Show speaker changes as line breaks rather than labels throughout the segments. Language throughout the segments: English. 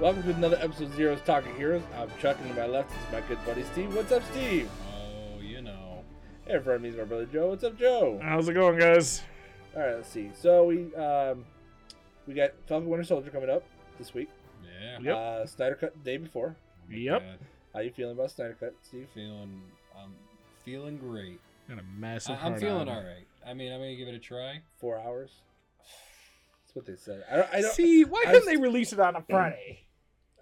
Welcome to another episode of Zero's Talking Heroes. I'm Chuck, and to my left is my good buddy Steve. What's up, Steve?
Oh, you know.
Hey, in front of me is my brother Joe. What's up, Joe?
How's it going, guys?
All right, let's see. So we um, we got Falcon Winter Soldier coming up this week.
Yeah.
Yep.
Uh, Snyder Cut the day before.
Yep.
God,
How you feeling about Snyder Cut, Steve?
feeling, I'm feeling great.
Got a massive.
I, am feeling all right. I mean, I'm gonna give it a try.
Four hours. That's what they said. I don't. I don't,
See, why
I
couldn't
was-
they release it on a Friday?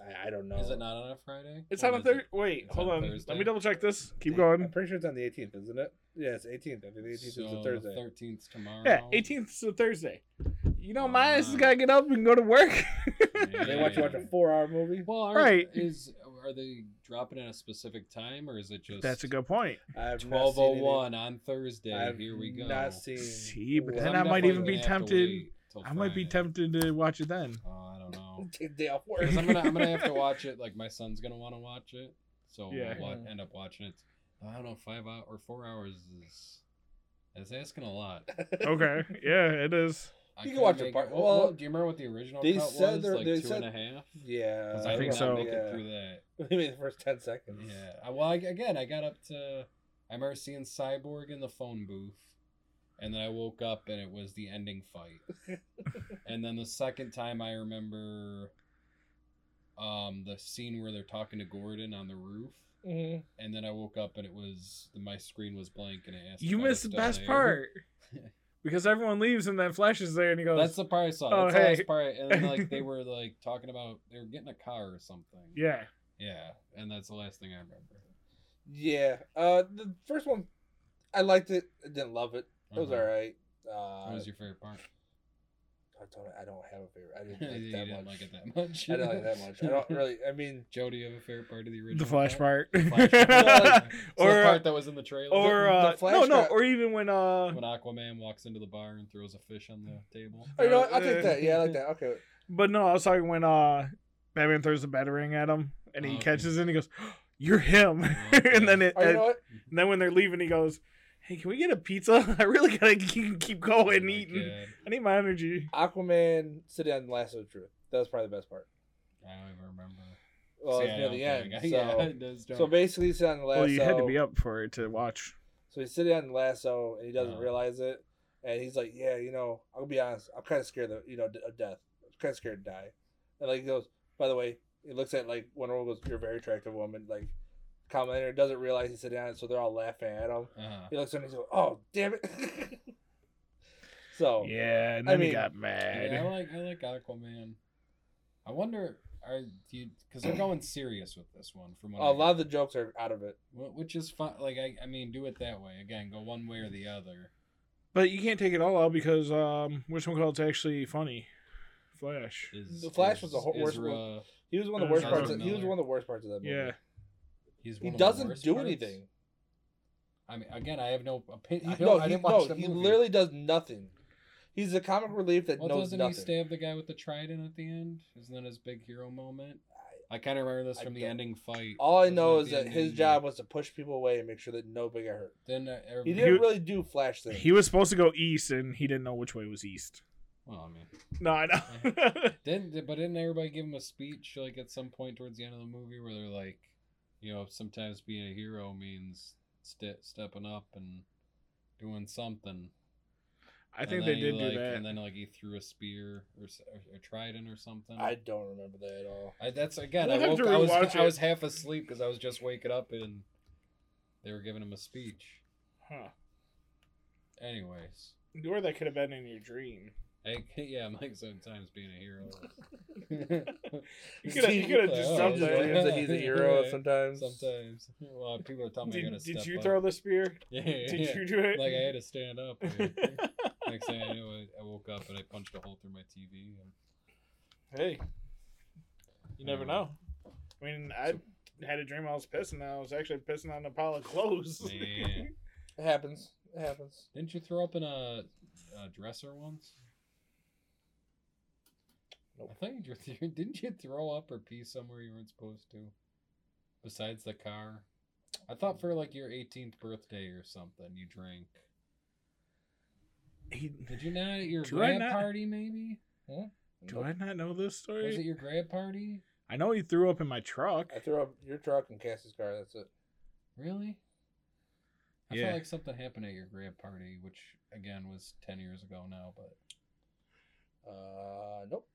I, I don't know.
Is it not on a Friday?
It's
Or
on a
is
Thursday.
it-
Wait,
it's
hold
on
on. Let
Thursday?
me double check this. Keep
I'm
going.
pretty sure it's on the 18th, isn't it? Yeah, it's 18th. I think the 18th
So
is a Thursday.
The 13th tomorrow.
Yeah, 18th is a Thursday. You know, my ass has
Wow.
got to get up and go to work.
Yeah.
They want you to watch a four-hour movie.
Well, are,
Right.
Is are they dropping at a specific time or is it just?
That's a good point.
I've not
Twelve oh
seen any-
one on Thursday.
I've
Here we go.
Not seen.
See, but
So
then
I'm
I might
definitely
even be
gonna have to
tempted-
wait till
I might be
Friday.
tempted to watch it then.
Oh, I don't know.
Take the day off work.
Because I'm gonna, I'm gonna have to watch it. Like my son's gonna want to watch it, so
Yeah.
we'll wa- end up watching it. I don't know, five hours or four hours is that's asking a lot.
Okay. yeah, it is.
I
You can
couldn't
watch a
make-
part-
What,
well,
what- do you remember what the original
they
cut
said
was?
there-
like
they
two
said-
and a half.
Yeah,
'Cause
I
I think
think so.
so. Make
Yeah.
it through that.
Maybe the first ten seconds.
Yeah. I- Well, I, again, I got up to. I remember seeing Cyborg in the phone booth, and then I woke up and it was the ending fight. and then the second time, I remember, um, the scene where they're talking to Gordon on the roof.
Mhm.
And then I woke up and it was my screen was blank and it asked.
You
if I was
missed the
still
best
there.
part because everyone leaves and then Flash is there and he goes,
That's the part I saw.
Oh,
That's the
hey.
last part. And then like they were like talking about they were getting a car or something.
"Yeah,
Yeah. And that's the last thing I remember.
Yeah. Uh, the first one, I liked it. I didn't love it. It was
Uh-huh.
all right.
What
Uh,
was your favorite part?
I don't. I don't have a favorite. I
you
didn't like that
didn't
much.
like it that much.
I didn't like that much. I don't really. I mean,
Joe, do you have a favorite part of the original?
the Flash part."
Flash part. or
Or,
the
uh,
part that was in the trailer.
or
The- the
uh, no,
Flash
no,
got-
or even when uh,
when Aquaman walks into the bar and throws a fish on the table.
oh, you know, what? I'll
Uh,
take that. Yeah, I like that. Okay.
But no, I was talking when uh Batman throws the battering at him and he
Oh, okay.
catches it and he goes, You're him
okay.
and then it
Oh, you know
and
what?
then when they're leaving he goes, Hey, can we get a pizza? I really gotta keep, keep going
Oh my
eating.
God.
I need my energy.
Aquaman sitting on the lasso of truth. That was probably the best part.
I don't even remember.
Well,
See,
it's
I
near
don't
the end.
think I-
So,
yeah, it does
so
don't-
basically, he's sitting on the lasso.
Well you had to be up for it to watch.
So he's sitting on the lasso and he doesn't
Oh.
realize it. And he's like, "Yeah, you know, I'll be honest. I'm kind of scared of you know d- of death. I'm kind of scared to die." And like he goes, "By the way," he looks at like Wonder Woman goes, "You're a very attractive woman." Like commentator doesn't realize he's sitting on it, so they're all laughing at him.
Uh-huh.
He looks at him and he's like, "Oh, damn it!" so
Yeah, and
Oh. I
then
mean,
he got
Yeah,
mad.
I like I like Aquaman. I wonder are you because they're going serious with this one from what I
a lot
hear.
of the jokes are out of it.
Wh- which is fine. Like I, I mean, do it that way again. Go one way or the other.
But you can't take it all out because um which one called actually funny? Flash.
Is,
The Flash was
is
the whole- worst
Ezra-
He was one of the
Uh,
worst
Ezra
parts. Of, he was
Miller.
one of the worst parts of that movie.
Yeah.
He's
He
one of the
doesn't
worst
do
parts.
anything.
I mean, again, I have no opinion. I
He-
don't,
no,
I
he,
didn't
no,
watch the
he
movie.
literally does nothing. He's a comic relief that
Well,
knows
doesn't
nothing.
he stab the guy with the trident at the end? Isn't that his big hero moment? I kind of remember this
I
from the
don't-
ending fight.
All I
Wasn't
know
it
is
the E
that his
ending-
job was to push people away and make sure that nobody got hurt.
Then uh,
He
everybody.
didn't
He-
really do Flash things.
He was supposed to go east and he didn't know which way was east.
Well, I mean,
No, I know.
didn't but didn't everybody give him a speech like at some point towards the end of the movie where they're like, you know, sometimes being a hero means ste stepping up and doing something.
I
And
think
then
they
he,
did
like-
do that.
And then like he threw a spear or, s- or a trident or something.
I don't remember that at all.
I, that's again.
We'll
I,
have
woke,
to
I was
rewatch
I
it.
was half asleep because I was just waking up and they were giving him a speech.
Huh.
Anyways,
Or that could have been in your dream.
I, yeah, Mike sometimes being a hero.
You coulda- you coulda just
Oh,
jumped
Sometimes
there.
yeah.
he's a hero
Yeah.
sometimes.
Sometimes, well, people are telling me I gotta
Did,
step
did you
up.
throw the spear?
Yeah, yeah,
Did
yeah.
you do it?
Like I had to stand up. Next thing I knew, I, I woke up and I punched a hole through my TV. And,
hey, you never
Yeah.
know. I mean, I had a dream I was pissing. and I was actually pissing on a pile of clothes.
man,
It happens. It happens.
didn't you throw up in a, a dresser once?
Nope.
I think you threw- didn't you throw up or pee somewhere you weren't supposed to? Besides the car, I thought for like your 18th birthday or something, you drank.
He-
Did you not at your
Do I
grad
not-
party? Maybe
do I not know this
was it
story?
your grad party?
I know he threw up in my truck.
I threw up your truck and Cassie's car. That's it.
Really? I
Yeah.
felt like something happened at your grad party, which again was ten years ago now, but
Uh, nope.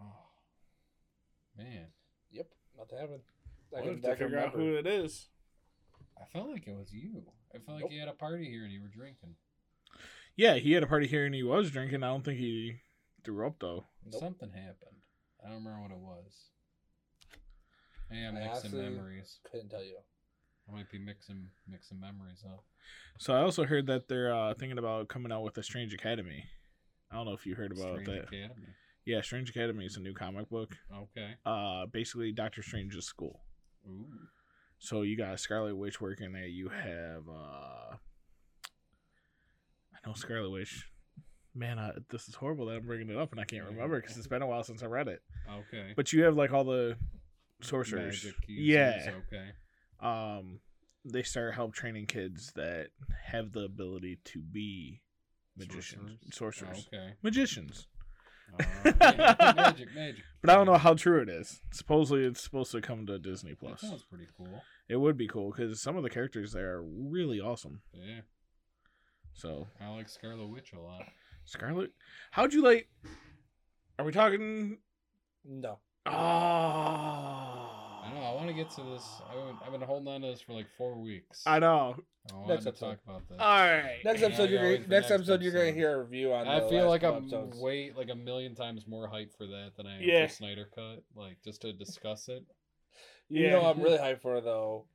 oh man.
Yep. Nothing happened. I
We'll
can,
have
I
to
can
figure out
remember.
who it is.
I felt like it was you. I felt like
Nope.
you had a party here and you were drinking.
Yeah, he had a party here and he was drinking. I don't think he threw up though.
Nope.
Something happened. I don't remember what it was. Hey, I'm
I
mixing
honestly-
memories.
Couldn't tell you.
I might be mixing mixing memories up.
So I also heard that they're uh, thinking about coming out with a Strange Academy. I don't know if you heard about
Strange
that.
Academy.
Yeah, Strange Academy is a new comic book.
Okay.
Uh, basically Doctor Strange's school.
Ooh.
So you got Scarlet Witch working there. You have uh, I know Scarlet Witch. Man, I, this is horrible that I'm bringing it up and I can't remember because it's been a while since I read it.
Okay.
But you have like all the sorcerers.
Magic users,
Yeah.
Okay.
um they start help training kids that have the ability to be magicians sorcerers,
Okay.
magicians
Alright. magic, magic.
but i don't know how true it is supposedly it's supposed to come to disney
That
plus
sounds pretty cool.
it would be cool because some of the characters there are really awesome
Yeah.
so
I like Scarlet Witch a lot.
scarlet how'd you like are we talking
No.
oh
I
i
don't know. I want to get to this. I've been, I've been holding on to this for like four weeks.
i know
Next
I wanted to
episode.
talk about this.
all right
Next
Yeah,
episode,
I gotta
you're
wait
gonna,
for
next
next
episode, you're gonna
episode.
hear a review on.
I
the
feel
last
like
two
I'm
episodes.
way like a million times more hype for that than I am
Yeah.
for Snyder Cut. Like just to discuss it.
You
Yeah.
know, I'm really hyped for though.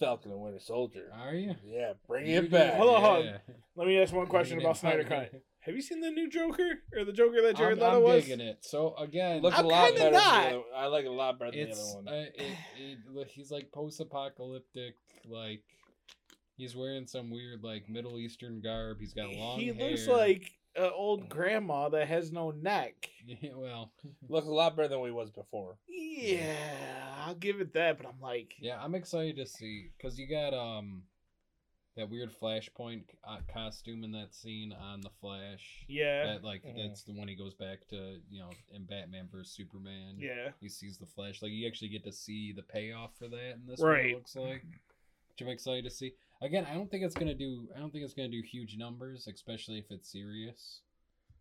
Falcon and Winter Soldier.
Are you?
Yeah, bring
You
it
did-
back.
Hold on, hold on.
yeah.
let me ask one
You
question
did
about snyder
fine.
cut have you seen the new joker or the joker that jared
I'm,
leto
I'm
was
digging it. So again,
Looks
I'm
a lot
kinda
better. Than the
not.
other, I like it a lot better than
it's
the other
uh,
one.
it, it, look, he's like post-apocalyptic like he's wearing some weird like middle eastern garb he's got long
he looks
hair.
like an old grandma that has no neck.
Yeah, well
Looks a lot better than what he was before.
Yeah, I'll give it that, but I'm like,
yeah i'm excited to see because you got um that weird flashpoint uh, costume in that scene on the flash
yeah,
that like
Mhm.
that's the one he goes back to you know in batman versus superman
yeah.
he sees the flash. Like you actually get to see the payoff for that in this one.
Right.
It looks like, which I'm excited to see. Again, I don't think it's gonna do. I don't think it's gonna do huge numbers, especially if it's serious.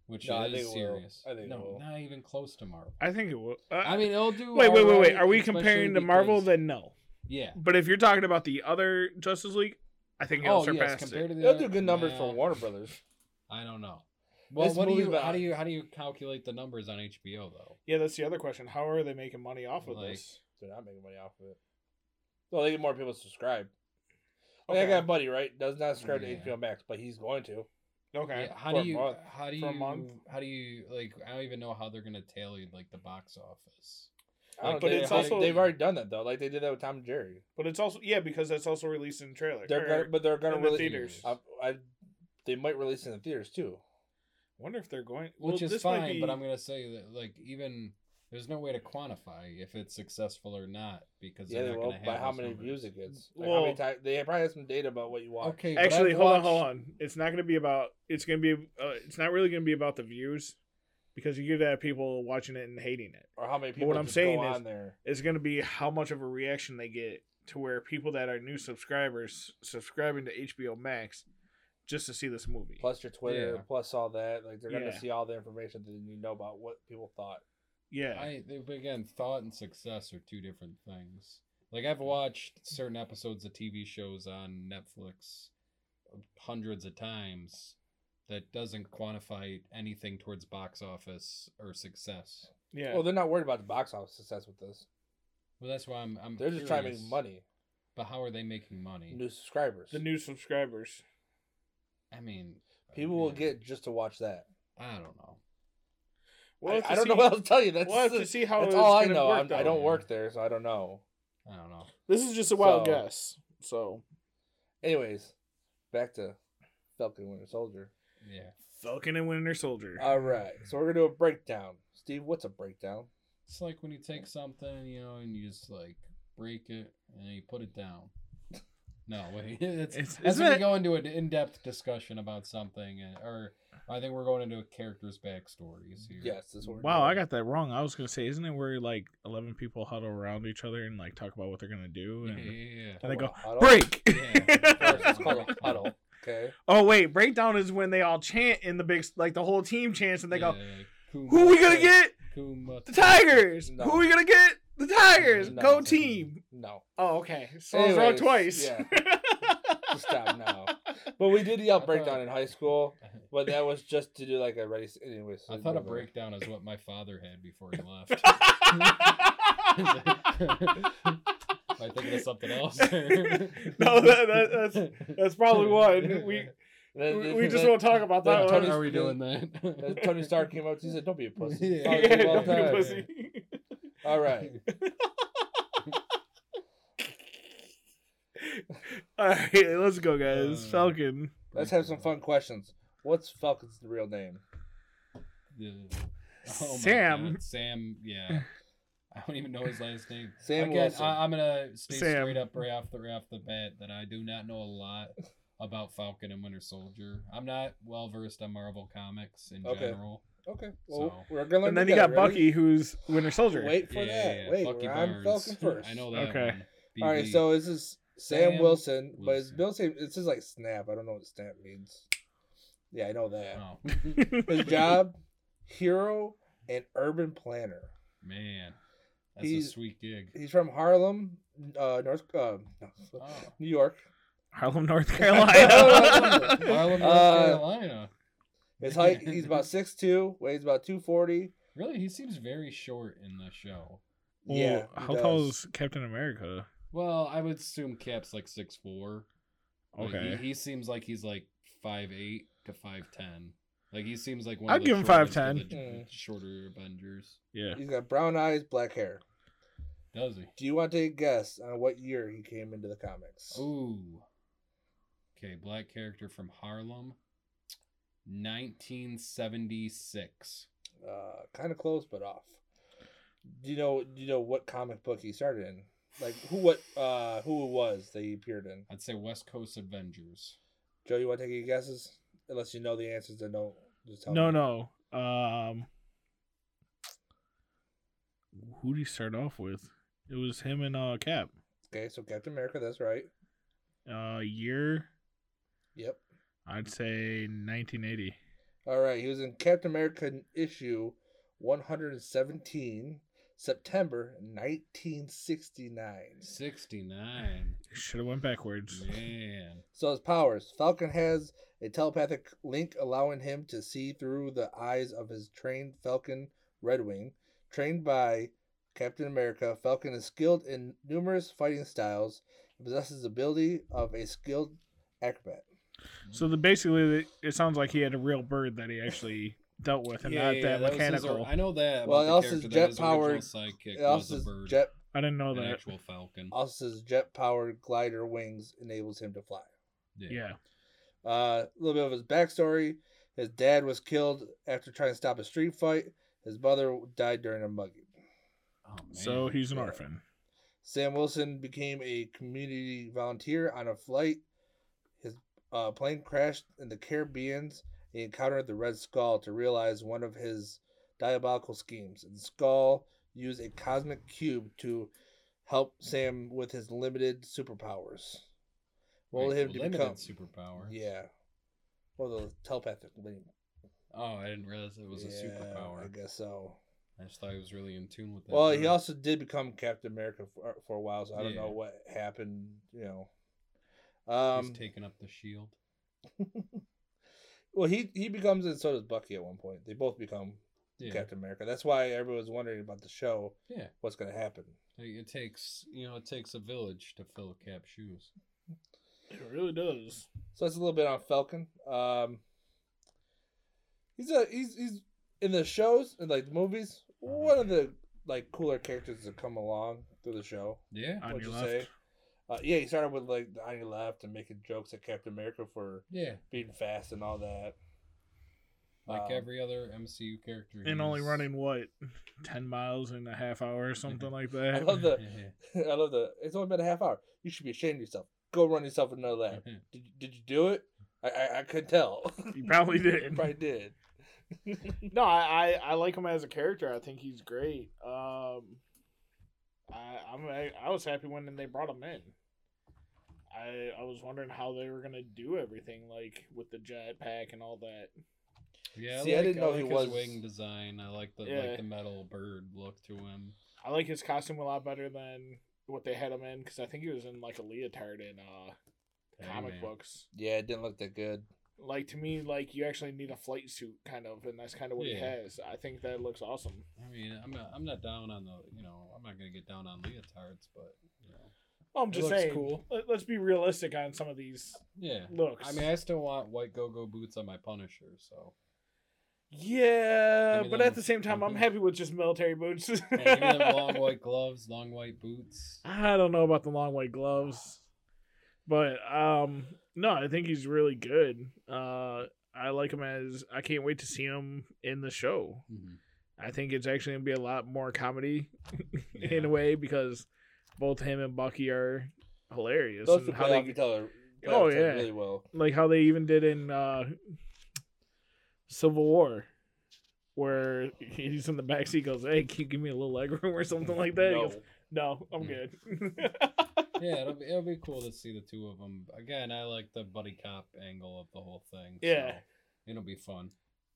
Which
No, I
it
think
is
it will.
serious.
I think it
no,
will.
not even close to Marvel.
I think it will. Uh,
I mean, it'll do.
wait, wait, wait, wait.
alright,
Are we
especially
comparing to Marvel?
because-
Then no.
yeah.
But if you're talking about the other Justice League, I think it'll
Oh yes,
surpass
compared
it.
to the
They'll
other-
do good numbers for
Nah,
Warner Brothers.
I don't know. Well,
This
what do
movie's
you?
about-
How do you? How do you calculate the numbers on HBO though?
Yeah, that's the other question. How are they making money off of
Like-
this?
They're not making money off of it. Well, they get more people to subscribe. Like,
Okay.
I got a buddy, right? Does not subscribe
Yeah.
to HBO Max, but he's going to.
Okay.
Yeah, how
For
do
a
you?
month-
How do you?
for a month.
How do you? Like, I don't even know how they're gonna tally like the box office.
I don't
But
but
it's
it's
also-
they've already done that though. Like they did that with Tom and Jerry.
But it's also yeah because that's also released in trailer.
They're
or-
gonna, but they're gonna
in the
release.
theaters.
I, I, they might release it in the theaters too.
Wonder if they're going. Well,
which is
this might
fine.
be-
But I'm gonna say that like even there's no way to quantify if it's successful or not because
Yeah,
they're
they
not
will.
gonna have
By how
those
many
numbers.
views it gets. Like, how
Well-
many times, they probably have some data about what you watch.
Okay, but
Actually,
I've
hold on,
watched-
hold on. It's not going to be about. It's going to be. Uh, it's not really going to be about the views, because you get to have people watching it and hating it.
Or how many
But
people?
what I'm
just
saying
go
is-
on there.
It's going to be how much of a reaction they get to where people that are new subscribers subscribing to HBO Max just to see this movie.
Plus your Twitter,
Yeah.
plus all that. Like they're gonna
Yeah.
see all the information that you know about what people thought.
yeah,
I but again, thought and success are two different things. Like I've watched certain episodes of TV shows on Netflix hundreds of times. That doesn't quantify anything towards box office or success.
yeah.
Well, they're not worried about the box office success with this.
Well, that's why I'm. I'm
Mm,
They're just trying to make
curious,
money,
But how are they making money?
new subscribers.
the new subscribers.
I mean,
people will
yeah,
get just to watch that.
I don't know.
We'll
I,
have to
I don't know
see-
what else to tell you. That's
We'll have to see how
that's
it's
all I
gonna
know.
work,
I'm- I
though.
don't work there, so I don't know.
I don't know.
This is just a wild
So-
guess. So
Anyways, back to Falcon and Winter Soldier.
Yeah.
Falcon and Winter Soldier.
All right, so we're gonna do a breakdown. Steve, what's a breakdown?
It's like when you take something, you know, and you just like break it and then you put it down. No, wait. It's,
It's-
that's
isn't
when
it-
you go into an in-depth discussion about something, and, or I think we're going into characters' backstories here.
Yes, this one.
Wow, I got that wrong. I was gonna say, isn't it where like eleven people huddle around each other and like talk about what they're gonna do?
Yeah,
And...
yeah,
And they go,
Huddle.
break.
Yeah.
Yes, Mm-hmm. it's called a huddle. Okay.
oh wait, breakdown is when they all chant in the big, like the whole team chants, and they go,
go,
"Who we gonna get?
Kuma,
The Tigers.
No.
Who we gonna get? The Tigers.
No.
Go team."
No.
Oh, okay. So I was wrong
Anyways,
twice.
yeah. Stop now. But we did yell
I
breakdown
thought-
in high school, but that was just to do like a ready. Anyways,
I
so
thought a
whatever.
breakdown is what my father had before he left. Am I thinking of something else?
No, that- that- That's probably one. We
And then-
we
then-
we just
then-
won't talk about
then
that
Tony's-
one.
Are we doing that?
then Uh, Tony Stark came up. He said, "Don't be a pussy."
Yeah.
Fuck you all
don't
the
be a
time.
pussy.
All right.
All right, let's go, guys.
Uh,
Falcon.
Let's have some fun questions. What's Falcon's real name?
Yeah. Oh my
Sam.
God, Sam. Yeah. I don't even know his last name.
Sam
Again,
Wilson.
I, I'm gonna stay
Sam.
straight up right off the right off the bat that I do not know a lot about Falcon and Winter Soldier. I'm not well versed on Marvel comics in
Okay.
general.
okay. Well,
so-
we're gonna.
And then you
learn
got
together. Ready?
Bucky, who's Winter Soldier.
Wait for
yeah,
that.
yeah,
Wait,
Bucky
I'm
Barnes.
Falcon first.
I know that.
Okay.
One.
All right,
BB.
so this is Sam,
Sam
Wilson, but his
Wilson.
bill name it says like snap. I don't know what snap means. Yeah, I know that.
oh
His job, hero and urban planner.
man, that's a
He's-
sweet gig.
He's from Harlem, uh, North, uh,
Oh.
New York.
Harlem, North
Oh, Carolina.
Carolina.
Harlem, North
Uh,
Carolina.
His height, he's about six two, weighs about two forty.
Really, he seems very short in the show.
Yeah, he
How tall
does.
is Captain America?
Well, I would assume Cap's like six four.
Okay.
he, he seems like he's like five eight to five ten. Like he seems like one.
I'd
of the
give him
shortest
5'10".
of the j-
Mm.
Shorter Avengers.
Yeah.
He's got brown eyes, black hair.
Does he?
Do you want to take a guess on what year he came into the comics?
Ooh. Okay, black character from Harlem. 1976.
Uh, kind of close, but off. Do you know? Do you know what comic book he started in? Like who? What? Uh, who it was that he appeared in?
I'd say West Coast Avengers.
Joe, you want to take any guesses? Unless you know the answers, then don't just tell
No,
me.
no. Um, who do you start off with? It was him and uh Cap.
Okay, so Captain America, that's right.
Uh, year
Yep.
I'd say 1980.
All right, he was in Captain America issue 117, September 1969.
69.
Should have went backwards.
Man.
So his powers, Falcon has a telepathic link allowing him to see through the eyes of his trained Falcon Redwing, trained by Captain America. Falcon is skilled in numerous fighting styles and possesses the ability of a skilled acrobat.
So the basically, it sounds like he had a real bird that he actually dealt with, and not that
was his or-
mechanical.
I know that. about
Well, it
the
also
character, that
jet
his original
powered-
Sidekick
It also
was
says
a bird.
jet
I didn't know
an
that.
actual falcon.
also says jet powered glider wings enables him to fly.
Yeah.
Uh, a little bit of his backstory: his dad was killed after trying to stop a street fight. His mother died during a mugging.
Oh, man.
So he's an
Yeah.
orphan.
Sam Wilson became a community volunteer on a flight. His uh, plane crashed in the Caribbean's. He encountered the Red Skull to realize one of his diabolical schemes. And Skull used a cosmic cube to help Sam with his limited superpowers. What would
Wait,
him to
limited
become?
superpower.
Yeah. Well, the telepathic link.
Oh, I didn't realize it was a
Yeah,
superpower.
I guess so.
I just thought he was really in tune with that.
Well, he
bird.
also did become Captain America for, uh, for a while, so I don't know
Yeah.
what happened. You know.
he's
Um.
taking up the shield.
well, he he becomes and so does Bucky at one point. They both become
Yeah,
Captain America. That's why everyone's wondering about the show.
yeah.
What's going to happen?
Like, It takes you know it takes a village to fill Cap's shoes.
It really does.
So that's a little bit on Falcon. Um. He's a he's he's in the shows and like movies. One of the like cooler characters to come along through the show.
Yeah,
On
What'd
your
you
left.
say? Uh, yeah, he started with like the on your left and making jokes at Captain America for
yeah.
being fast and all that.
Like
Um,
every other MCU character,
And only
he's-
running what, ten miles in a half hour or something like that.
I love the
Yeah.
I love the. It's only been a half hour. You should be ashamed of yourself. Go run yourself another lap. Did, did you do it? I I I, I could tell.
You probably
I
did.
probably did.
No, I, I I like him as a character. I think he's great. Um, I I'm I, I was happy when they brought him in. I I was wondering how they were gonna do everything like with the jet pack and all that.
Yeah,
See, I didn't know he
his
was-
wing design. I like the
Yeah.
like the metal bird look to him.
I like his costume a lot better than what they had him in because I think he was in like a leotard in uh comic
Hangman.
books.
Yeah, it didn't look that good.
Like to me, like you actually need a flight suit kind of, and that's kind of what he
Yeah.
has. I think that looks awesome.
I mean, I'm not, I'm not down on the you know I'm not gonna get down on leotards, but you know,
Well, I'm
It
just
looks
saying.
cool.
Let, let's be realistic on some of these
yeah.
looks.
I mean, I still want white go-go boots on my Punisher. So
Yeah,
Give me
but
them-
at the same time, I'm
Mhm.
happy with just military boots.
Yeah, give me them long white gloves, long white boots.
I don't know about the long white gloves, but um, no, I think he's really good. Uh, I like him as I can't wait to see him in the show.
Mhm.
I think it's actually gonna be a lot more comedy in
Yeah.
a way because both him and Bucky are hilarious.
Those
and
two
how
play
they
off each other. play
Oh,
off each other
yeah.
really well.
like how they even did in uh Civil War, where he's in the backseat, he goes, "Hey, can you give me a little leg room or something like that?" He
No.
goes, "No, I'm
Mm.
good."
yeah, it'll be, it'll be cool to see the two of them again. I like the buddy cop angle of the whole thing.
Yeah.
so it'll be fun.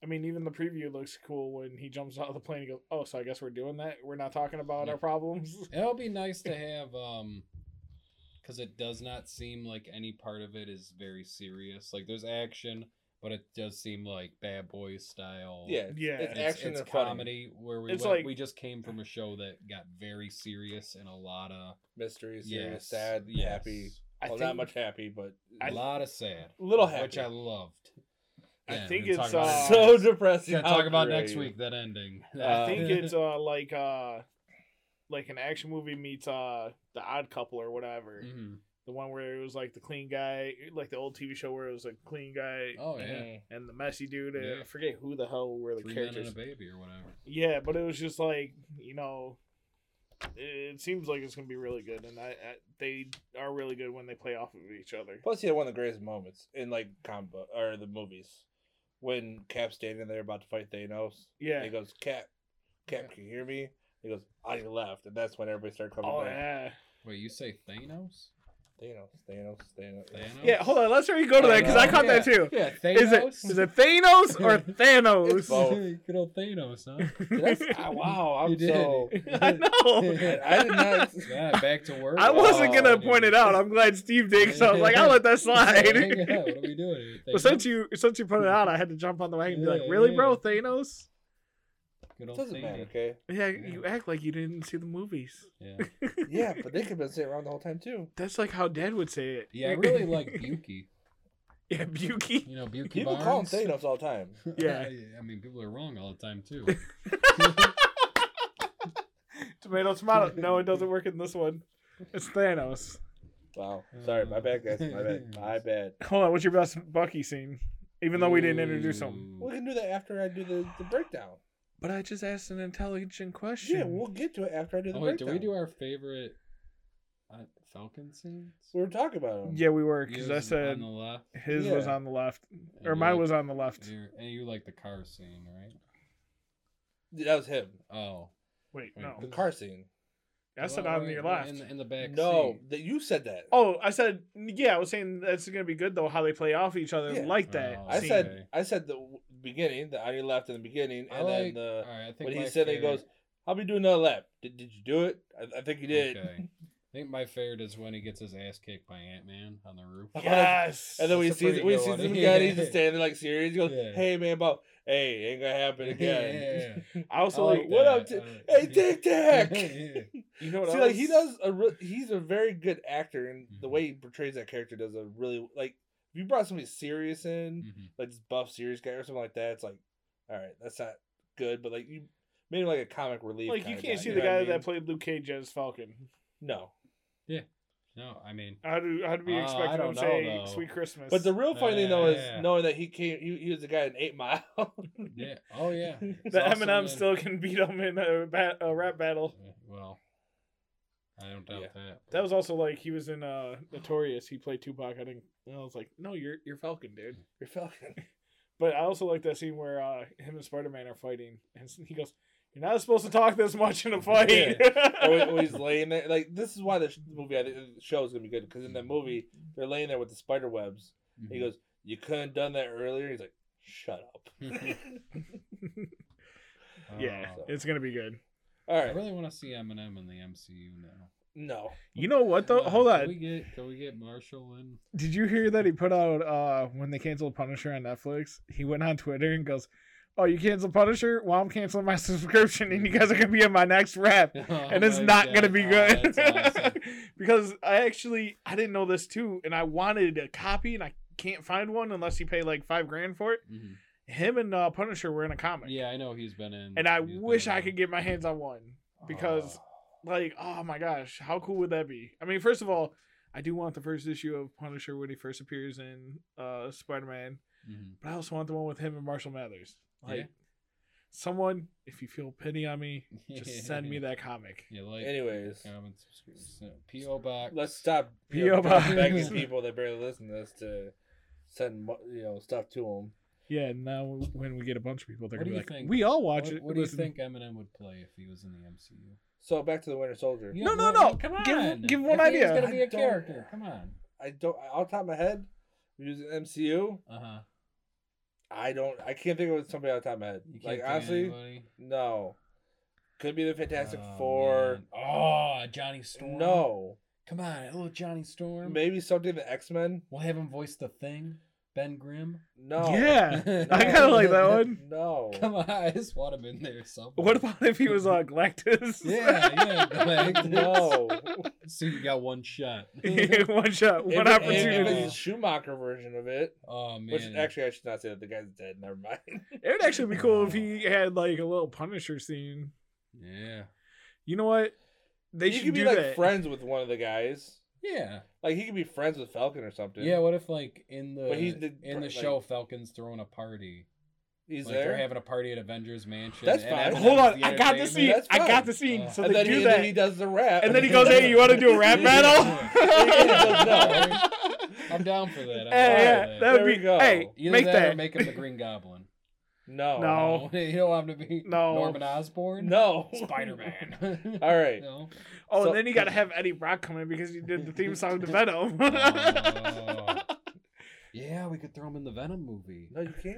I mean, even the preview looks cool when he jumps out of the plane. He goes, "Oh, so I guess we're doing that. We're not talking about
Yeah.
our problems."
It'll be nice to have, um, because it does not seem like any part of it is very serious. Like there's action, but it does seem like Bad Boys style.
Yeah, it's,
Yeah.
it's
It's,
action
it's
and funny.
comedy where we
It's
went,
like-
we just came from a show that got very serious and a lot of
mystery, serious,
yes,
sad,
yes.
happy.
I
well, not much happy, but
a
I-
lot of sad,
little
which
happy.
I loved.
I
Yeah,
think
we can talk
it's,
about it.
uh,
so depressing.
Gotta
how
talk about next
great.
week that ending.
Uh,
I think it's uh like uh like an action movie meets uh the Odd Couple or whatever.
Mhm.
The one where it was like the clean guy, like the old TV show where it was like clean guy.
Oh yeah,
Mhm.
uh, and the messy dude. and
Yeah.
I forget who the hell were the
three men and
characters.
a baby or whatever.
Yeah, but it was just like you know, it, it seems like it's gonna be really good, and I, I they are really good when they play off of each other.
Plus, he had one of the greatest moments in like combo or the movies when Cap's standing there about to fight Thanos.
Yeah.
He goes, "Cap, Cap,
Yeah.
can you hear me?" He goes, "I left," and that's when everybody started coming
Oh
back.
yeah.
Wait, you say Thanos?
Thanos, Thanos, Thanos.
Thanos?
Yeah. Hold on. Let's really go to that because I caught that too.
Yeah, Oh, Thanos.
Is it is it Thanos or Thanos?
Both.
Good old Thanos, huh?
That's, ah, wow, I'm
You did.
so.
I
Oh,
know.
I did not.
Yeah, back to work.
I wasn't gonna
Oh,
point it out. I'm glad Steve did. So I was like, I'll let that
Hang on,
slide.
what are we doing? here,
But since you since you put it out, I had to jump on the wagon and be like,
Yeah,
"Really,
yeah.
bro? Thanos?
It
Good old
doesn't matter,
Thanos.
okay?
Yeah, you act like you didn't see the movies."
Yeah.
Yeah, but they could have been sitting around the whole time too.
That's like how Dad would say it.
Yeah, I really like Buki.
yeah, Buki.
You know, Buki
People
Barnes.
call him Thanos all the time.
Yeah.
I, mean, people are wrong all the time too.
Tomato, tomato. No, it doesn't work in this one. It's Thanos.
Wow, sorry, my bad, guys. My bad. My bad.
Hold on, what's your best Bucky scene? Even though we didn't introduce him.
Ooh.
We can do that after I do the, the breakdown.
Mm. But I just asked an intelligent question.
Yeah, we'll get to it after I do the
Oh wait, do
breakdown.
we do our favorite uh, Falcon scenes?
We were talking about him.
yeah, we were because I
Yours
said
on the left,
his was
Yeah.
on the left,
and
or
you
mine
like-
was on the left.
your- And you like the car scene, right?
that was him.
Oh,
Wait,
Wait,
no,
The car scene.
I said
Well,
on
wait,
your
well,
left.
in the, in the back.
No,
seat.
that you said that.
Oh, I said yeah. I was saying that's gonna be good though. How they play off each other
Yeah.
like that.
Oh,
I
see.
said
Okay.
I said the w- beginning, the on your left in the beginning,
I
and then
like. uh,
the
all right, I think
when
my
he said it, he
favorite-
goes, "I'll be doing another lap." Did, did you do it? I, I think you did.
Okay. I think my favorite is when he gets his ass kicked by Ant Man on the roof.
Yes.
And then we
That's a
see
pretty
we
good
see
one.
some guy, he's just standing like serious. He goes,
Yeah.
"Hey man, Bob, hey, ain't gonna happen again."
Yeah.
I also
I
like,
like
what up,
that. I
Hey,
like-
Dick Dick.
you know what
See,
else?
like he does a re- he's a very good actor, and the
Mhm.
way he portrays that character does a really like. If you brought somebody serious in,
Mhm.
like this buff serious guy or something like that, it's like, all right, that's not good. But like you made him like a comic relief.
Like you
kinda
can't
guy,
see
you
the
know what
guy
I mean?
that played Luke Cage as Falcon.
No,
No, I mean,
How do how do we
Uh,
expect
I
him
don't
to
know,
say
though.
"Sweet Christmas"?
but the real funny thing though
Yeah.
is knowing that he came. He, he was the guy in Eight Mile.
yeah. Oh yeah.
the
He's also
Eminem
in-
still can beat him in a, bat, a rap battle.
Well, I don't doubt
Yeah.
that.
That was also like he was in uh Notorious. He played Tupac. I didn't. And I was like, no, you're you're Falcon, dude.
You're Falcon.
But I also like that scene where uh, him and Spider Man are fighting, and he goes, "You're not supposed to talk this much in a fight."
or, when- when he's laying there, like this is why the sh- movie, I think the show is gonna be good because in the movie they're laying there with the spider webs.
mm-hmm.
And he goes, "You couldn't have done that earlier." He's like, "Shut up."
yeah,
Oh.
it's gonna be good.
All
Um, I
right,
really want to see Eminem in the MCU now.
no,
You know what though?
Come
Hold
can We
on.
get, can we get Marshall in?
Did you hear that he put out uh when they canceled Punisher on Netflix? He went on Twitter and goes, "Oh, you canceled Punisher? Well, I'm canceling my subscription, and you guys are gonna be in my next rap."
Oh
and it's not going to be good because I actually I didn't know this too, and I wanted a copy, and I can't find one unless you pay like five grand for it.
hmm
Him and uh, Punisher were in a comic,
Yeah, I know he's been in.
and I
he's been uh,
wish I
in.
could get my hands on one because, like, oh my gosh, how cool would that be? I mean, first of all, I do want the first issue of Punisher when he first appears in uh, Spider Man,
Mhm.
but I also want the one with him and Marshall Mathers. Like,
Yeah.
someone, if you feel pity on me, just send me that comic.
Yeah, like
Anyways,
comment, subscribe, PO box.
let's stop you
P.O.
know,
box.
begging people that barely listen to this to send mo- you know stuff to them.
Yeah, and now when we get a bunch of people, they're
What
gonna
do you
be like,
think?
"We all watch
What,
it."
what do you
listen."
think Eminem would play if he was in the MCU?
So back to the Winter Soldier.
Yeah,
No, no,
what-
no,
Come on.
give- give
If
one
he was
idea.
gonna be
I
a
don't-
character. Come on.
I don't. Off the top of my head, using MCU,
Uh huh.
I don't. I can't think of somebody off the top of my head. Like honestly, no. Could be the Fantastic
Oh,
Four.
Oh, Johnny Storm.
No.
Come on, a little Johnny Storm.
Maybe something the X Men.
We'll have him voice the thing. Ben Grimm.
No.
Yeah,
No.
I kind of like that one.
No.
Come on, I just want him in there somewhere.
What about if he was uh, Galactus?
Yeah, yeah. Galactus.
no.
So you got one shot.
one shot,
If
one
it- If
opportunity.
it's a Schumacher version of it,
oh man.
which actually I should not say that the guy's dead. Never mind.
It would actually be cool if he had like a little Punisher scene.
Yeah.
You know what? They
he
should
could be
do
like
that.
friends with one of the guys.
Yeah.
Like he could be friends with Falcon or something.
Yeah. What if like in the
But he's the-
in the
like-
show Falcon's throwing a party?
he's
like
there.
they're having a party at Avengers Mansion.
That's
and
fine.
Eminem's
Hold on,
the
I got the scene.
That's
I
fine.
got the scene.
Uh,
so
and
they
then
do
he,
that,
then he does the rap.
and then he goes, "Hey, you want to do a rap battle?"
Yeah.
entertainment. I'm down for that. I'm
Hey,
down
yeah,
for
that would
There
be.
we go.
Hey,
Either
make
that,
that.
or make him the Green Goblin.
No.
No.
you don't want him to be
No.
Norman Osborn.
No.
Spider Man.
All right.
No.
oh,
So-
and then you got to have Eddie Brock come in because you did the theme song to Venom.
Oh. Yeah, we could throw him in the Venom movie.
No, you can't.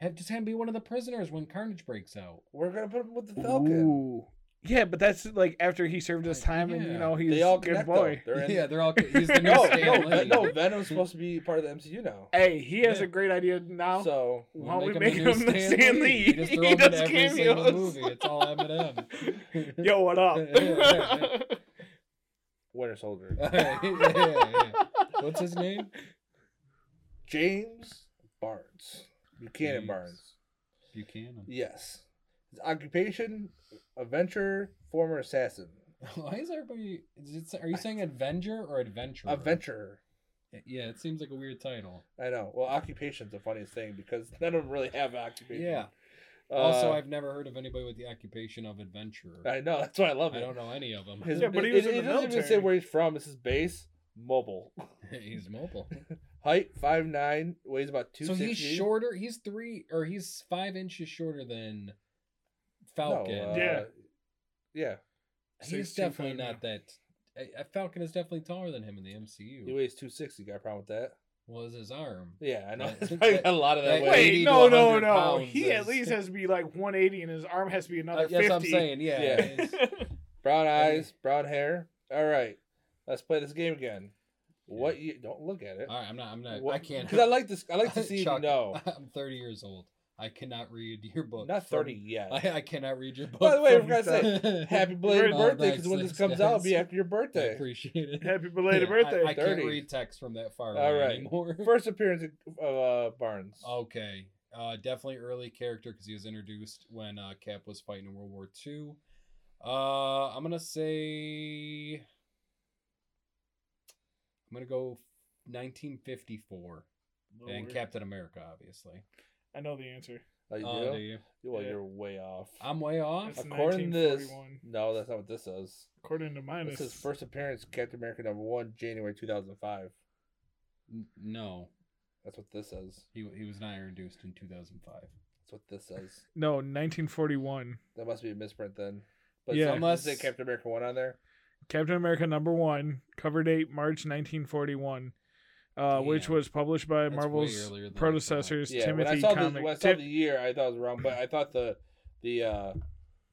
Have just have him be one of the prisoners when Carnage breaks out.
We're gonna put him with the Falcon.
Ooh. Yeah, but that's like after he served his
Like,
time, and you
yeah.
know he's
They all
a good
connect.
boy.
Though. They're in.
Yeah, they're all. He's the new
No,
Stan
no,
Lee.
no. Venom's supposed to be part of the MCU now.
Hey, he has
Yeah.
a great idea now.
So
Why don't we
We'll
make him the
new
Stan Lee?
You just throw
He
him in
does
every single
cameos.
movie. It's all Eminem.
Yo, what up?
Winter Soldier.
All right, yeah, yeah, yeah. What's his name?
James Barnes. Buchanan
James.
Barnes.
Buchanan.
Yes. His occupation, adventurer, former assassin.
Why is everybody? Is it, are you saying Avenger or Adventurer?
Adventurer.
Yeah, it seems like a weird title.
I know. Well, occupation's the funniest thing because none of them really have an occupation.
Yeah.
Uh,
also, I've never heard of anybody with the occupation of adventurer. I,
I know. That's why I love it.
don't know any of them.
His-
Yeah, but he was in the
doesn't even
military.
say where he's from. It's his base. Mobile.
he's mobile.
Height five nine. Weighs about two.
So he's shorter. He's three or he's five inches shorter than Falcon.
uh,
Yeah.
Yeah.
he's
6'2",,
definitely
five
not that. A, a Falcon is definitely taller than him in the MCU.
He weighs two sixty. Got a problem with that?
was his arm.
Yeah, I know.
Right.
There's probably a lot of that.
Right.
weight.
Wait,
Wait,
80
no,
to
no,
100
no.
pounds
He at
is-
least has to be like 180, and his arm has to be another
Uh, that's what I'm
50.
saying. Yeah.
Yeah.
it's-
Brown eyes, brown hair. All right, let's play this game again. What you don't look at it.
All right, I'm not. I'm not. I
What-
can't.
Because I like this. I like to see
Chuck,
you know.
I'm 30 years old. I cannot read your book.
Not
from-
thirty yet.
I, I cannot read your book.
By the way,
from-
we're gonna say happy belated
Oh,
birthday
thanks,
because when this
thanks,
comes out, it'll be
guys.
after your
I
birthday.
appreciate it.
Happy belated
Yeah, I-
birthday.
I, can't
30.
read text from that far away
All right.
anymore.
First appearance of uh, Barnes.
Okay. Uh, definitely early character because he was introduced when uh, Cap was fighting in World War II. Uh, I'm gonna say I'm gonna go
Oh,
1954 and Captain America, obviously.
I know the answer.
Like,
Oh,
you know?
do you?
You- Well,
Yeah.
you're way off.
I'm way off.
It's
According to this,
1941.
no, that's not what this is.
According to mine,
This
it's
is first appearance, Captain America number one, January 2005.
N- no,
That's what this is.
he he was not introduced in 2005.
That's what this is.
no 1941.
That must be a misprint then. But
Yeah.
yeah, unless
Unless-
Captain America one on there,
Captain America number one, cover date March 1941, uh, which
Damn.
was published by
That's way
Marvel's
earlier than I thought.
predecessors,
yeah. When I
Timothy
saw the
Comic.
when I saw the year, I thought it was wrong, but I thought the the uh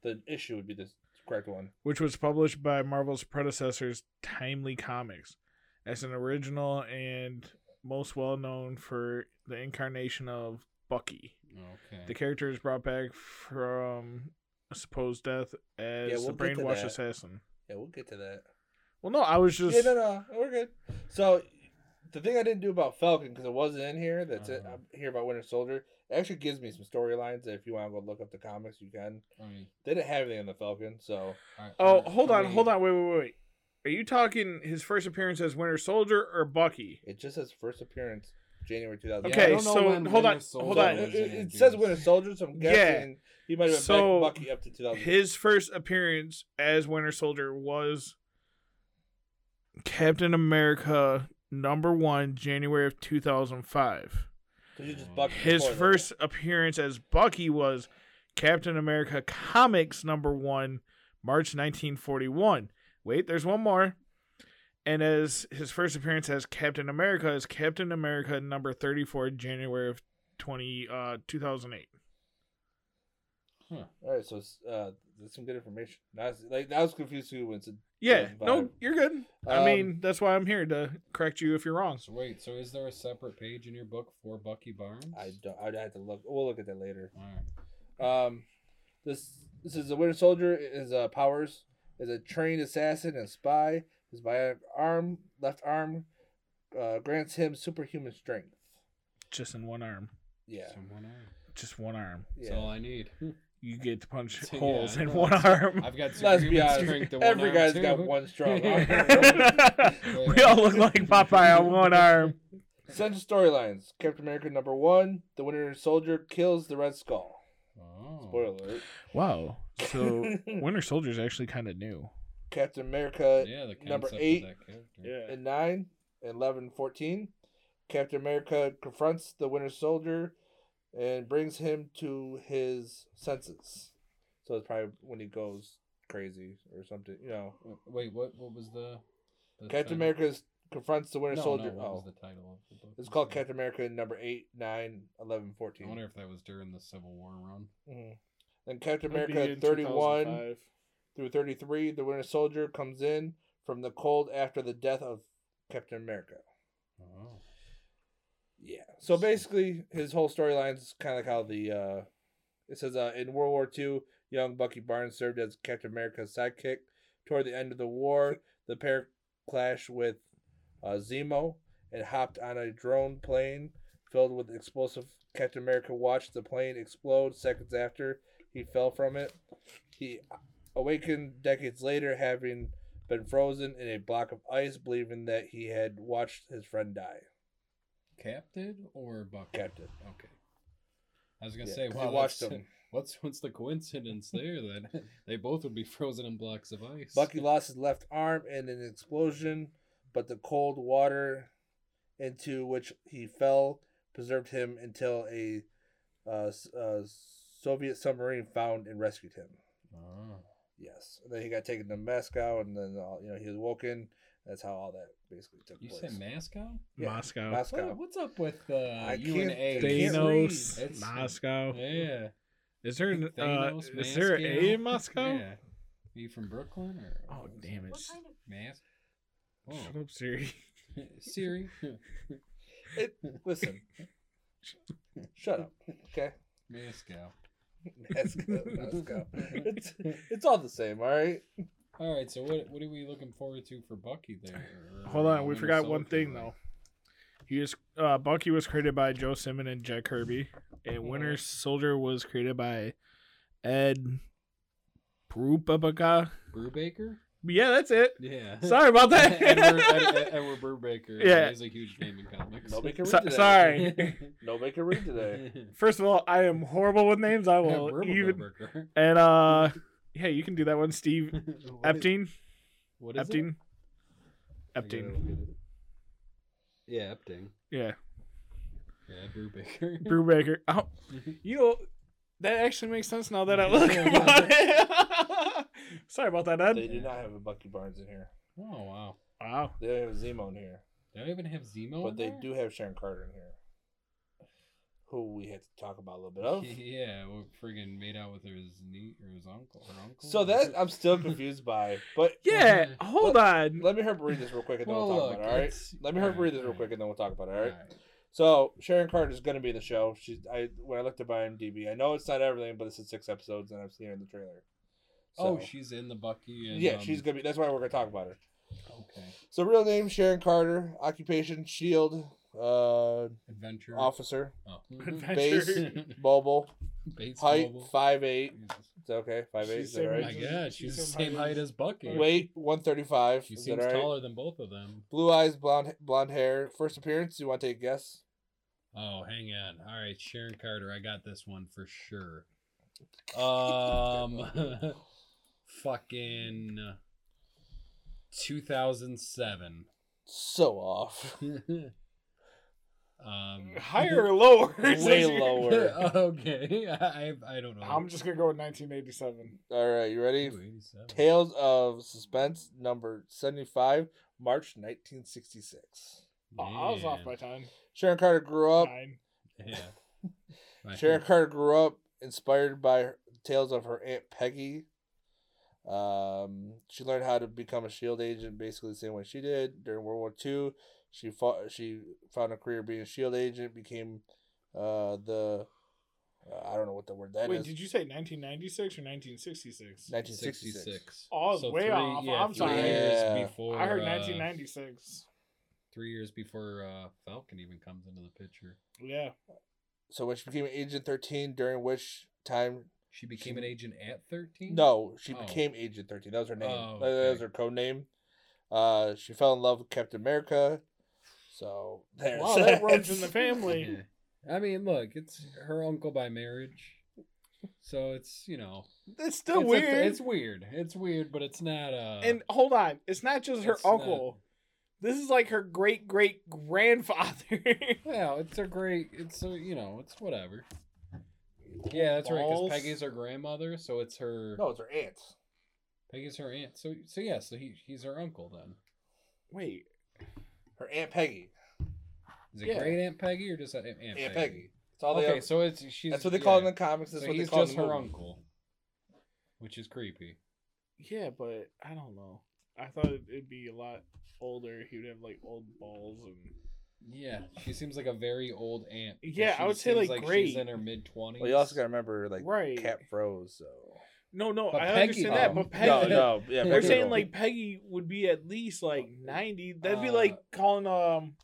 the issue would be the correct one.
which was published by Marvel's predecessors, Timely Comics, as an original and most well known for the incarnation of Bucky.
Okay.
The character is brought back from a supposed death as
Yeah, we'll
the
get to
brainwashed
that.
assassin.
Yeah, we'll get to that.
Well, no, I was just
Yeah, no, no, we're good. So the thing I didn't do about Falcon because it wasn't in here. That's it.
Uh-huh.
I'm here about Winter Soldier. It actually gives me some storylines that if you want to go look up the comics, you can.
All right,
They didn't have anything on the Falcon, so
all right,
Oh,
number
hold on,
three.
hold on, wait, wait, wait. Are you talking his first appearance as Winter Soldier or Bucky?
it just says first appearance January 2000.
I
Okay,
don't know
so
when
hold on,
Winter
So
Soldier
hold on.
It,
was
it- it
introduced.
says Winter Soldier, so I'm
Yeah.
guessing he might have been
So,
back Bucky up to 2000.
His first appearance as Winter Soldier was Captain America number 1 January of 2005.
So you just Bucky
His
before that.
first appearance as Bucky was Captain America Comics number 1 March 1941. Wait, there's one more. And as his first appearance as Captain America is Captain America number 34 January of 20 uh 2008.
Huh.
All right, so it's, uh, that's some good information. Now, it's- like I was confused too when it said.
Yeah,
Yeah,
no,
vibe.
you're good. I
Um,
mean, that's why I'm here to correct you if you're wrong.
So wait, so is there a separate page in your book for Bucky Barnes?
I don't. I'd have to look. We'll look at that later.
All right.
Um, this this is the Winter Soldier. Is uh, powers is a trained assassin and spy. His bionic arm, left arm, uh, grants him superhuman strength.
Just in one arm.
Yeah,
Someone else.
Just one arm.
yeah.
That's all I need.
You get to punch
So, yeah,
holes
I
in
know.
one arm.
I've got
Let's be
superhuman
honest.
strength. and
Every
one
guy's
arm,
got
too.
one strong arm.
we all look like Popeye on one arm.
Central storylines: Captain America number one, the Winter Soldier kills the Red Skull.
Oh.
Spoiler alert.
Wow. So Winter Soldier is actually kind of new.
Captain America
Yeah, the concept
Number
of
eight.
that character.
Yeah.
in 9, 11, and 14. Captain America confronts the Winter Soldier and brings him to his senses. So it's probably when he goes crazy or something, you know.
W- Wait, what? What was the, the
Captain America is- confronts the Winter
no,
Soldier.
No, what was
oh,
the title of the book?
it's called
Instead?
Captain America number 8, 9, 11, 14.
I wonder if that was during the Civil War run.
Mhm. Then Captain America 31 through 33, the Winter Soldier comes in from the cold after the death of Captain America.
Oh.
Yeah. So basically, his whole storyline is kind of like how the uh, it says uh, in World War II, young Bucky Barnes served as Captain America's sidekick. Toward the end of the war, the pair clashed with uh, Zemo and hopped on a drone plane filled with explosive. Captain America watched the plane explode seconds after he fell from it. He awakened decades later, having been frozen in a block of ice, believing that he had watched his friend die.
Captain or Bucky?
Captain.
Okay. I was gonna
Yeah,
say,
'cause
wow,
he watched
that's-
him.
What's what's the coincidence there that they both would be frozen in blocks of ice?
Bucky lost his left arm in an explosion, but the cold water into which he fell preserved him until a uh, s- uh, Soviet submarine found and rescued him.
Oh.
Yes. And then he got taken to Moscow, and then uh, you know he was woken. That's how all that basically took
You
place.
said Moscow?
Yeah,
Moscow.
Moscow.
What, what's up with uh,
I
you and
can't-
A?
I can't
Thanos.
read.
It's-
Moscow.
Yeah.
Is there an, uh,
Thanos,
is there an
Moscow?
A in Moscow?
Yeah. Are you from Brooklyn or?
Oh damn it!
What kind of
Mask.
Shut
Oh.
up, Siri.
Siri.
Listen. Shut up. Okay.
Moscow.
Moscow. Moscow. It's, it's all the same, all right?
All right. So what what are we looking forward to for Bucky there? Or
Hold on, we
Winter
forgot one
Soldier,
thing
like-
though. He was uh, Bucky was created by Joe Simon and Jack Kirby,
Oh.
and Winter Soldier was created by Ed Brubaker.
Brubaker.
But yeah, that's it.
Yeah.
Sorry about that.
Edward, Ed- Edward Brubaker.
Yeah.
He's a huge name in comics.
Nobody can read
So-
today.
sorry.
Nobody can read today.
First of all, I am horrible with names. I
Edward
will even
Brubaker.
and uh, yeah, you can do that one, Steve
What is-
Epstein.
What is it?
Epstein.
I gotta
Epstein.
look at it.
Yeah, Epting.
Yeah,
Yeah, Brubaker.
Brubaker. Oh, you know, that actually makes sense now that I look about it. Sorry about that,
They
Ed.
do not have a Bucky Barnes in here.
oh, wow.
Wow.
They don't have Zemo in here.
They don't even have Zemo. in
But they
there?
do have Sharon Carter in here. Who we had to talk about a little bit of.
Yeah, well, friggin' made out with her his knee or his uncle. Her uncle.
So that I'm still confused by. But
Yeah,
Yeah.
hold on.
let me her read this real quick and then we'll,
Well,
talk
look,
about it, alright?
it's-
Let me her
alright,
read this real
alright.
quick and then we'll talk about it, alright?
Alright.
So Sharon Carter is going to be in the show. She's I when I looked up IMDb, I know it's not everything, but it's in six episodes, and I've seen her in the trailer.
Oh,
So,
she's in the Bucky. And,
yeah,
um,
she's gonna be. That's why we're gonna talk about her.
okay.
So real name Sharon Carter, occupation Shield uh,
Adventure.
officer,
Oh.
base mobile,
Base
height
mobile.
five eight.
Jesus.
Is that okay? Five eight.
She's
Is that
Oh
right?
my
She's-
God,
she's
she's the
in
same
high-
height as Bucky.
Weight one thirty five.
she
Is
seems
that all right?
taller than both of them.
Blue eyes, blonde blonde hair. First appearance. You want to take a guess?
Oh, hang on. All right, Sharon Carter, I got this one for sure. Um, fucking 2007.
So off.
um,
Higher or lower?
Way lower.
okay, I I I don't know.
I'm just gonna go with 1987.
All right, you ready?
Ooh, 87.
Tales of Suspense number 75, March 1966.
Oh, I was off by
Man.
time.
Sharon Carter grew up.
Nine.
Yeah. My
Sharon
fault.
Carter grew up inspired by her- tales of her aunt Peggy. Um, she learned how to become a shield E agent basically the same way she did during World War II. She fought, she found a career being a shield E agent, became uh the uh, I don't know what the word that is.
Wait, did you say 1996 or 1966?
1966.
Oh, I was way off. I'm
three
sorry.
Yeah.
Years before,
I heard
uh,
1996.
Three years before uh, Falcon even comes into the picture.
Yeah.
So when she became Agent 13 during which time
She became an agent at 13?
No, she
Oh.
became Agent 13. That was her name.
Oh,
That- That was
okay.
her code name. Uh, she fell in love with Captain America. So there's
Wow, that runs in the family.
Yeah. I mean, look, it's her uncle by marriage. So it's, you know,
It's still
it's, a-
weird.
uh,
it's weird. It's weird, but it's not uh
and hold on, it's not just her
it's not-
uncle. This is like her great great grandfather.
well, it's a great it's a, you know, it's whatever. Yeah, that's right, 'cause
Balls.
Peggy's her grandmother, so it's her
No, it's her aunts.
Peggy's her aunt. So so yeah, so he he's her uncle then.
Wait,
Her aunt Peggy.
Is it
Yeah.
great Aunt Peggy or just Aunt, Aunt,
Aunt Peggy.
Peggy?
It's all
okay,
they.
so it's she's
that's what they call it in
yeah.
the comics. That's
so
what they
he's
call
just
just in the
her
movie.
uncle. Which is creepy.
yeah, but I don't know. I thought it'd be a lot older. He would have like old balls and
Yeah, she seems like a very old aunt. because
Yeah,
she
I would say,
seems
like,
she's
great.
in her mid twenties.
Well, you also got to remember, like
right.
Cap froze. So Um,
No, no,
But
I
Peggy,
understand that,
though.
but
Peggy-
no, no, yeah.
We're
They're
Peggy
saying
will.
like Peggy would be at least like ninety. That'd be
Uh,
like calling um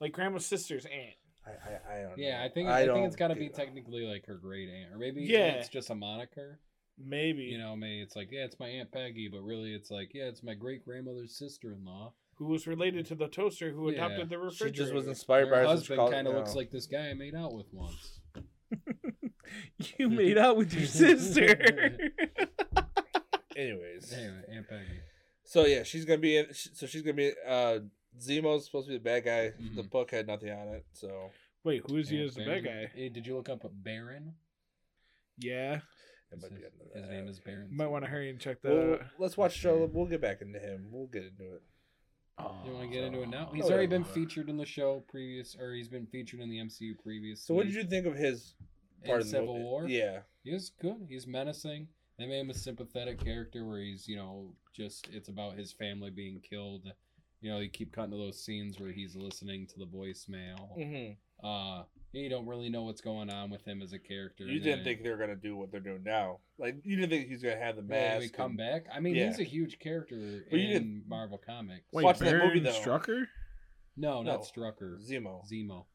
like grandma's sister's aunt.
I, I, I don't.
Yeah,
know.
I think I, think it's
don't
got to be
get-
technically like her great aunt, or maybe
Yeah.
it's just a moniker.
Maybe
You know, maybe it's like yeah, it's my aunt Peggy, but really it's like yeah, it's my great grandmother's sister-in-law.
who was related to the toaster who
Yeah.
adopted the
She
refrigerator.
just was inspired by
her
her
husband
sister-
kind of looks
no.
like this guy I made out with once.
You made out with your sister.
Anyways,
Anyway, Aunt Peggy.
So yeah, she's gonna be in. sh- So she's gonna be. uh Zemo's supposed to be the bad guy. The
Mhm.
book had nothing on it, so
Wait, who is he
Aunt
as the bad
Baron-
guy?
Eh, Did you look up Baron?
Yeah,
it might be
his,
under
his
that.
name is Baron.
might want to hurry and check that.
Well,
out.
let's watch show. We'll get back into him. We'll get into it.
You want to get into it now?
Oh,
He's
yeah.
already been featured in the show previous, or he's been featured in the MCU previous.
So, what did you think of his part
Mm. in
of the
Civil
movie?
War?
Yeah,
He was good. He's menacing. They made him a sympathetic character where he's, you know, just it's about his family being killed. You know, you keep cutting to those scenes where he's listening to the
Mm.
voicemail.
mm-hmm.
Uh, you don't really know what's going on with him as a character.
you
And
didn't
then
think they were gonna do what they're doing now. Like you didn't think he's gonna have the
when
mask.
we come
and-
back. I mean,
Yeah.
he's a huge character
But you
in
didn't-
Marvel Comics.
Wait,
Watch that
Baron
movie, though.
Strucker?
No.
no, not Strucker.
Zemo.
Zemo.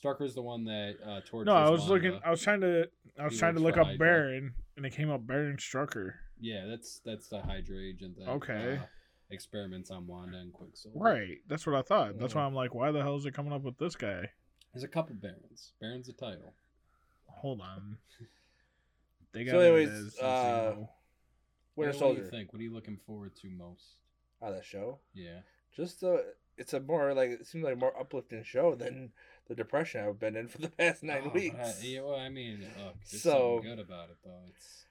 Strucker's the one that uh, tortures.
No, I was
Wanda.
looking. I was trying to. I was
He
trying to
works
look
for
up
Hydra.
Baron, and it came up Baron Strucker.
Yeah, that's that's the Hydra agent that
Okay.
uh, experiments on Wanda and Quicksilver.
Right. That's what I thought. That's why I'm like, why the hell is it coming up with this guy?
There's a couple Barons. Baron's a title.
Hold on. They
So
got it
anyways,
as
uh,
Zemo.
Winter
what
Soldier.
do you think? What are you looking forward to most?
Oh, that show.
Yeah.
Just the. It's a more like it seems like a more uplifting show than the depression I've been in for the past nine
Oh, but
weeks.
I, yeah, well, I mean, look, there's
So-
something good about it though. It's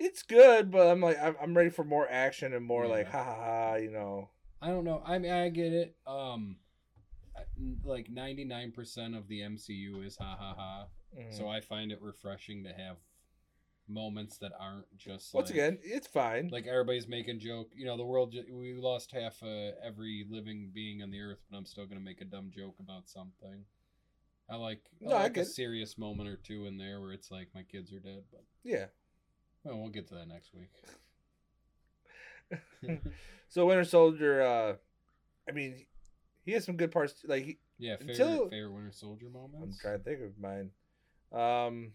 It's good, but I'm like I'm, I'm ready for more action and more like
Yeah.
ha ha ha. You know.
I don't know. I mean, I get it. Um, I- like 99% of the MCU is ha ha ha.
Mm.
So I find it refreshing to have moments that aren't just
once
like,
again, it's fine.
like everybody's making joke. You know, the world ju- we lost half uh, every living being on the earth, but I'm still gonna make a dumb joke about something. I like I
No, I
like a
get it.
serious moment or two in there where it's like my kids are dead, but
yeah.
well, we'll get to that next week.
So Winter Soldier. uh I mean, he has some good parts. Like he,
yeah, favorite
Until-
favorite Winter Soldier
I'm
moments.
trying to think of mine. Um,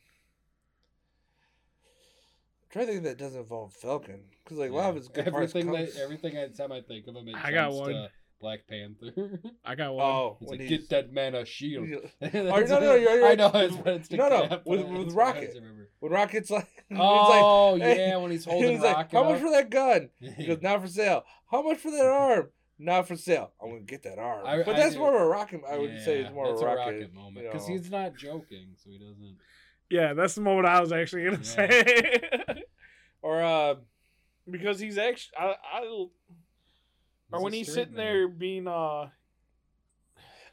I'm trying to think that doesn't involve Falcon because like a lot of
Yeah.
his good parts
everything
come-
that everything I time I think of him, it
I got
jumps
one.
to Black Panther.
I got one.
Oh,
It's
when
like,
he's-
get that man a shield.
he's-
That's
no,
what-
no, you're
I
right.
know it's, but it's the
No, no,
cap,
with-
that's
with
what I
Rocket.
always remember.
when Rocket's like, he's like,
Oh
hey,
yeah, when he's holding
he's like,
Rocket.
how much
up.
for that gun? He goes, not for sale. How much for that arm? Not for sale. I'm gonna get that arm.
Mm-hmm. I-
but
I
that's
do-
more of a rocket. I would say
Yeah,
it's more of
that's
a rocket.
moment
you
because
know.
he's not joking, so he doesn't.
Yeah, that's the moment I was actually gonna
Yeah.
say.
Or uh,
because he's actually I, I or
a
when he's
straight
sitting
man.
there being uh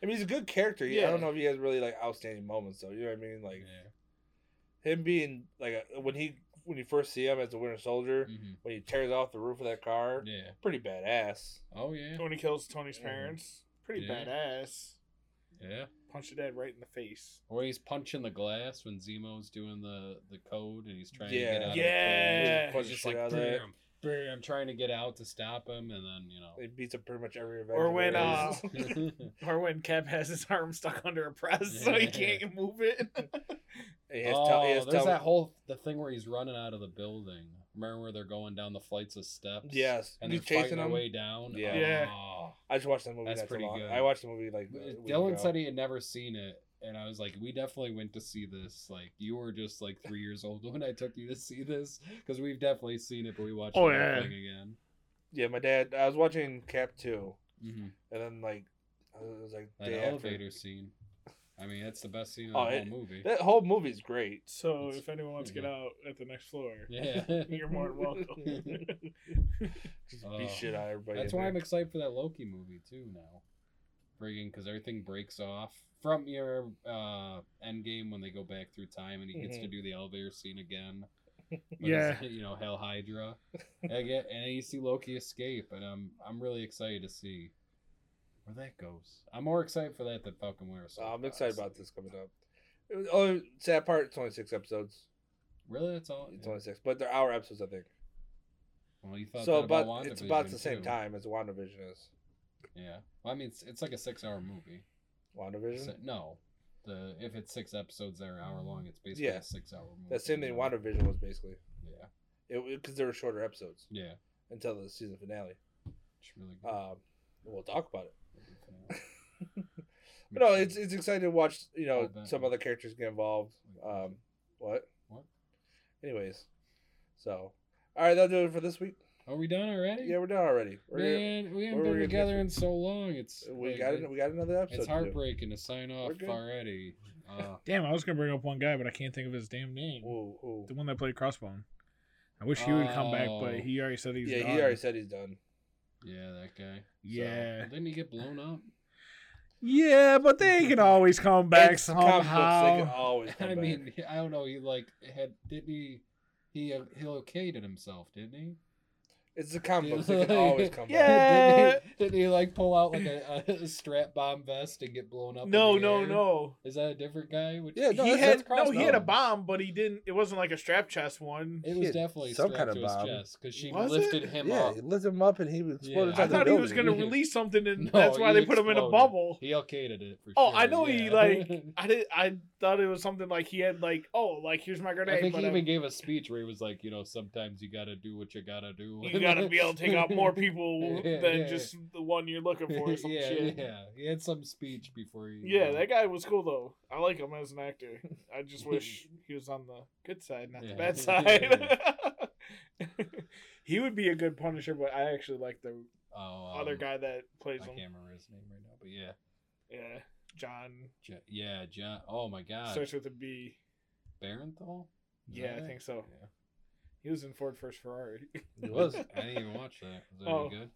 I mean, he's a good character. Yeah. I
Yeah.
don't know if he has really like outstanding moments though. You know what I mean? Like
Yeah.
him being like a, when he when you first see him as the Winter Soldier,
Mhm.
when he tears off the roof of that car,
yeah.
pretty badass.
Oh yeah.
Tony kills Tony's
Mhm.
parents. Pretty
Yeah.
badass.
Yeah.
Punch the dad right in the face.
Or he's punching the glass when Zemo's doing the the code and he's trying to
Yeah.
get out.
Yeah.
Of the code.
Punch
He's
the
just
shit
like
out of that.
bam, bam, trying to get out to stop him, and then you know.
He beats up pretty much every event.
Or when, uh,
Avengers.
Or when Cap has his arm stuck under a press so he can't move it.
he has
oh,
tel- he has
there's
tel-
that whole the thing where he's running out of the building. Remember where they're going down the flights of steps?
yes,
And
he's
they're fighting
chasing
their
him.
way down.
Yeah.
Yeah.
Oh.
I just watched that movie.
That's
not too
pretty
long-
good.
I watched the movie like. a week
Dylan
ago.
said he had never seen it, and I was like, "We definitely went to see this. Like, you were just like three years old when I took you to see this, because we've definitely seen it, but we watched
Oh,
the whole
yeah.
thing again."
Yeah, my dad. I was watching Cap Two,
Mm-hmm.
and then like, I was like,
That
day after-
elevator scene. I mean, that's the best scene in
Oh,
the
it-
whole movie.
That whole movie's great.
So
It's-
if anyone wants to get
yeah.
out at the next floor,
yeah.
you're more than welcome.
Just
Oh.
beat shit out of everybody.
That's
in
why I'm
there.
excited for that Loki movie too now. Friggin' because everything breaks off from your uh end game when they go back through time and he gets to do the elevator scene again. But it's, You know, Hell Hydra. I get and you see Loki escape and I'm I'm really excited to see where that goes. I'm more excited for that than Falcon Winter Soldier.
Uh, I'm excited about
honestly.
this coming up. It was- Oh, sad part. It's only six episodes.
Really that's all
It's only six, but they're hour episodes, I think.
well you thought
So,
that about
but it's
WandaVision,
about the same
too.
time as WandaVision is.
Yeah. Well I mean it's, it's like a six hour movie.
WandaVision.
Se- no, the if it's six episodes that are an hour long, it's basically
Yeah.
a six hour movie.
That same thing
you know?
WandaVision was basically.
Yeah,
It because there were shorter episodes
yeah,
until the season finale.
it's really good.
Um, we'll talk about it.
Good for now.
But no, it's it's exciting to watch. You
I
know,
bet.
some other characters get involved. Um, what?
What?
Anyways, so all right, that'll do it for this week.
are we done already?
Yeah, we're done already. We're,
man, we
we're
haven't been
gonna get
together
through-
in so long. It's
we
like,
got
it-
it. We got another episode.
It's
to do.
heartbreaking to sign off
good.
already. Uh,
Damn, I was gonna bring up one guy, but I can't think of his damn name.
Ooh, ooh.
The one that played Crossbone. I wish he would come back,
Oh.
but he already said he's
Yeah,
done.
he already said he's done.
yeah, that guy. So,
Yeah.
didn't he get blown up?
Yeah, but they can always come back
It's comic books,
somehow.
They can always come
I
back.
mean, I uh, don't know. He like had didn't he? He he located himself, didn't he?
It's the comic books. They can always come
Yeah.
back.
didn't, he, didn't he like pull out like a, a strap bomb vest and get blown up? in
No,
the
no,
air?
no.
Is that a different guy? Which,
Yeah, no,
he
that's-
had
that's
no. He had a
crossbones.
bomb, but he didn't. It wasn't like a strap chest one.
It was
Shit,
definitely
some
strapped
kind of
to his
bomb.
chest because she
Was
lifted
it?
him
yeah,
up.
he lifts him up and he exploded.
Yeah.
inside
I
the
thought he was
building.
gonna release something, and
No,
that's why
he
they put him in a
exploded.
bubble.
He okayed it for
Oh,
sure.
I know he,
yeah.
like- I did. I thought it was something like he had like oh like here's my grenade.
I think
but
he
I'm-
even gave a speech where he was like, you know, sometimes you gotta do what you gotta do.
you gotta be able to take out more people
Yeah,
than
yeah.
just the one you're looking for. Or some
yeah,
shit. Yeah.
yeah. He had some speech before he.
Yeah.
uh,
that guy was cool though. I like him as an actor. I just wish he was on the good side, not
Yeah.
the bad side. he would be a good Punisher, but I actually like the
oh,
other
um,
guy that plays
I
him.
can't remember his name right now, but yeah,
Yeah, John
Jo- yeah, John. Oh my God,
starts with a B.
Barenthal. Is
Yeah,
that
I
it?
think so.
Yeah.
He was in Ford First Ferrari.
It was.
I didn't even watch that. Was that
Oh.
any good?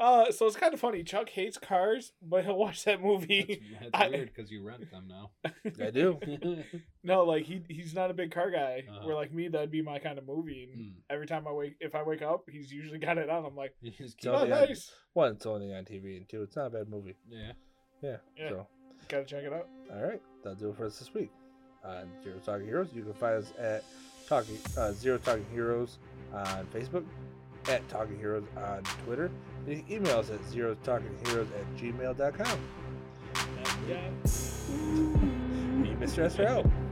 Uh, so it's kind of funny. Chuck hates cars, but he'll watch that movie.
That's,
I-
that's weird because you rent them now.
I do.
Hmm.
No, like he he's not a big car guy.
Uh-huh.
Where like me, that'd be my kind of movie. And
Hmm.
every time I wake, if I wake up, he's usually got it on. I'm like,
You just keep
So,
oh,
yeah.
nice.
One, it's only on TV, and two, it's not a bad movie.
yeah.
Yeah.
Yeah.
So,
Gotta check it out.
all right, that'll do it for us this week. On Zero Talking Heroes, you can find us at Talking uh, Zero Talking Heroes on Facebook, at Talking Heroes on Twitter. And you can email us at zero talking heroes at gmail.com.
Yeah.
Me, Mr. Esther out.